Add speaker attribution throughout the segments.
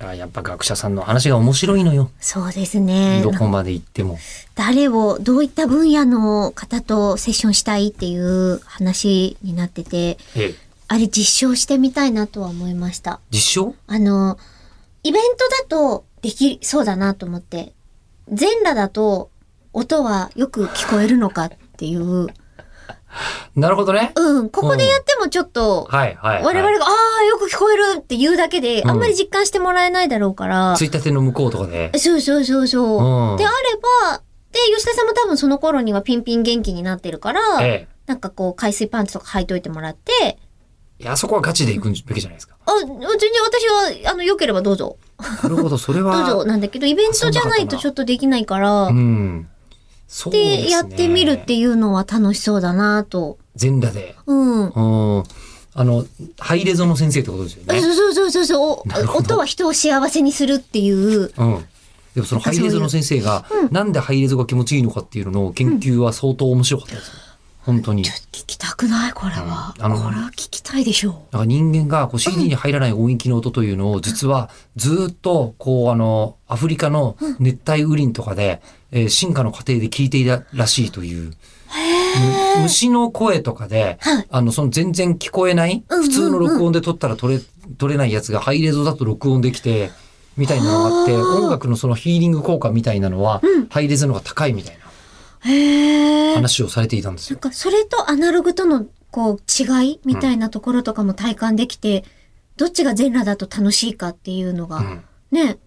Speaker 1: あやっぱ学者さんの話が面白いのよ。
Speaker 2: そうですね。
Speaker 1: どこまで行っても。
Speaker 2: 誰を、どういった分野の方とセッションしたいっていう話になってて、
Speaker 1: ええ、
Speaker 2: あれ実証してみたいなとは思いました。
Speaker 1: 実証
Speaker 2: あの、イベントだとできそうだなと思って、全裸だと音はよく聞こえるのかっていう、
Speaker 1: なるほどね。
Speaker 2: うん、ここでやってもちょっと、
Speaker 1: はいはい、は
Speaker 2: 我
Speaker 1: い。
Speaker 2: 々が、ああ、よく聞こえるって言うだけで、
Speaker 1: ん
Speaker 2: あんまり実感してもらえないだろうから、
Speaker 1: ついたての向こうとかで。
Speaker 2: そうそうそうそう。
Speaker 1: うん
Speaker 2: であれば、で、吉田さんも多分その頃にはピンピン元気になってるから、
Speaker 1: え
Speaker 2: なんかこう、海水パンツとか履いといてもらって、
Speaker 1: え。いや、そこはガチで行くべきじゃないです か。
Speaker 2: あ、全然私は、あの、良ければどうぞ。
Speaker 1: なるほど、それ
Speaker 2: どうぞ
Speaker 1: は。
Speaker 2: なんだけど、イベントじゃないとちょっとできないから、
Speaker 1: うん。そうですね。
Speaker 2: で、やってみるって。いうのは楽しそうだなと。
Speaker 1: 全裸で。
Speaker 2: うん。
Speaker 1: うん。あの、ハイレゾの先生ってことですよね。
Speaker 2: そうそうそうそうそう
Speaker 1: なるほ
Speaker 2: お。
Speaker 1: ど
Speaker 2: 音は人を幸せにするっていう。
Speaker 1: うん。でもそのハイレゾの先生が、なんでハイレゾが気持ちいいのかっていうのの研究は相当面白かったですよ。本当に。
Speaker 2: ちょっと聞きたくないこれは。
Speaker 1: うんあの
Speaker 2: これは聞きたいでしょ
Speaker 1: なんか人間がこう CD に入らない音域の音というのを実はずっとこうあのアフリカの熱帯雨林とかで、えー進化の過程で聞いていたらしいという。む虫の声とかで、
Speaker 2: はい
Speaker 1: あの、その全然聞こえない、
Speaker 2: うんうんうん
Speaker 1: 普通の録音で撮ったら取れ、取れないやつがハイレゾだと録音できて、みたいなのがあって、
Speaker 2: あー。
Speaker 1: 音楽のそのヒーリング効果みたいなのは、ハイレゾの方が高いみたいう
Speaker 2: へ
Speaker 1: な
Speaker 2: え。
Speaker 1: 話をされていたんです
Speaker 2: な
Speaker 1: よ
Speaker 2: ん。かそれとアナログとのこう違いみたいなところとかも体感できて、どっちが全裸だと楽しいかっていうのが、
Speaker 1: うん
Speaker 2: ね、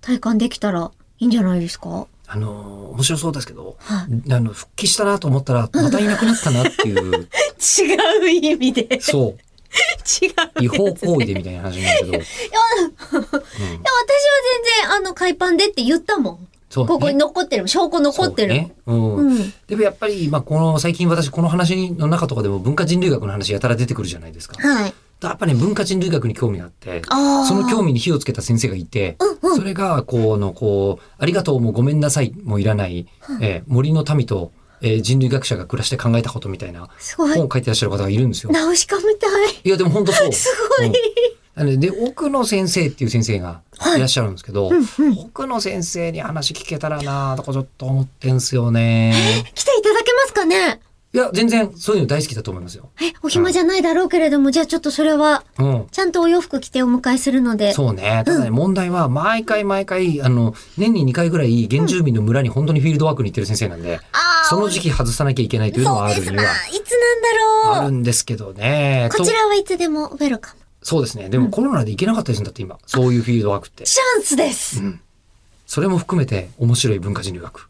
Speaker 2: 体感できたらいいんじゃないですか
Speaker 1: あのー面白そうですけど、
Speaker 2: は
Speaker 1: あの、復帰したなと思ったら、またいなくなったなっていう、
Speaker 2: 違う意味で。違
Speaker 1: そう。
Speaker 2: う。
Speaker 1: 違法行為でみたいな話なんだけど。うん
Speaker 2: いや、私は全然、あの、海パンでって言ったもん。
Speaker 1: そうね
Speaker 2: ここに残ってるもん。証拠残ってるもん。
Speaker 1: そうね
Speaker 2: う
Speaker 1: うん
Speaker 2: ん。
Speaker 1: でもやっぱり、まあ、この、最近私、この話の中とかでも文化人類学の話やたら出てくるじゃないですか。
Speaker 2: はい。
Speaker 1: やっぱね、文化人類学に興味があって、
Speaker 2: ああ。
Speaker 1: その興味に火をつけた先生がいて、それが、こう、あの、こう、ありがとうもごめんなさいもいらない、えー森の民と、えー人類学者が暮らして考えたことみたいな
Speaker 2: すご
Speaker 1: 本
Speaker 2: い。
Speaker 1: を書いてらっしゃる方がいるんですよ。
Speaker 2: 直しかみたい。
Speaker 1: いや、でも本当 そう。
Speaker 2: すごい。
Speaker 1: うんあので、奥野先生っていう先生がいらっしゃるんですけど、奥野先生に話聞けたらなとかちょっと思ってんすよね。
Speaker 2: 来ていただけますかね
Speaker 1: いや、全然そういうの大好きだと思いますよ。
Speaker 2: え、お暇じゃないだろうけれども、じゃあちょっとそれは、
Speaker 1: うん。
Speaker 2: ちゃんとお洋服着てお迎えするので。
Speaker 1: そうね。ただね、問題は、毎回毎回、あの、年に2回ぐらい、原住民の村に本当にフィールドワークに行ってる先生なんで、
Speaker 2: ああ。
Speaker 1: その時期外さなきゃいけないというのはあ
Speaker 2: そ
Speaker 1: る
Speaker 2: うで
Speaker 1: に
Speaker 2: すな。い
Speaker 1: は、
Speaker 2: つなんだ
Speaker 1: あ
Speaker 2: ろ
Speaker 1: る
Speaker 2: う。
Speaker 1: んですけどね。
Speaker 2: ことちらはいつでもウェルカム。
Speaker 1: そうですね。でもコロナで行けなかったりするんだって、今。そういうフィールドワークって。
Speaker 2: チャンスです。
Speaker 1: それも含めて、面白い文化人類学。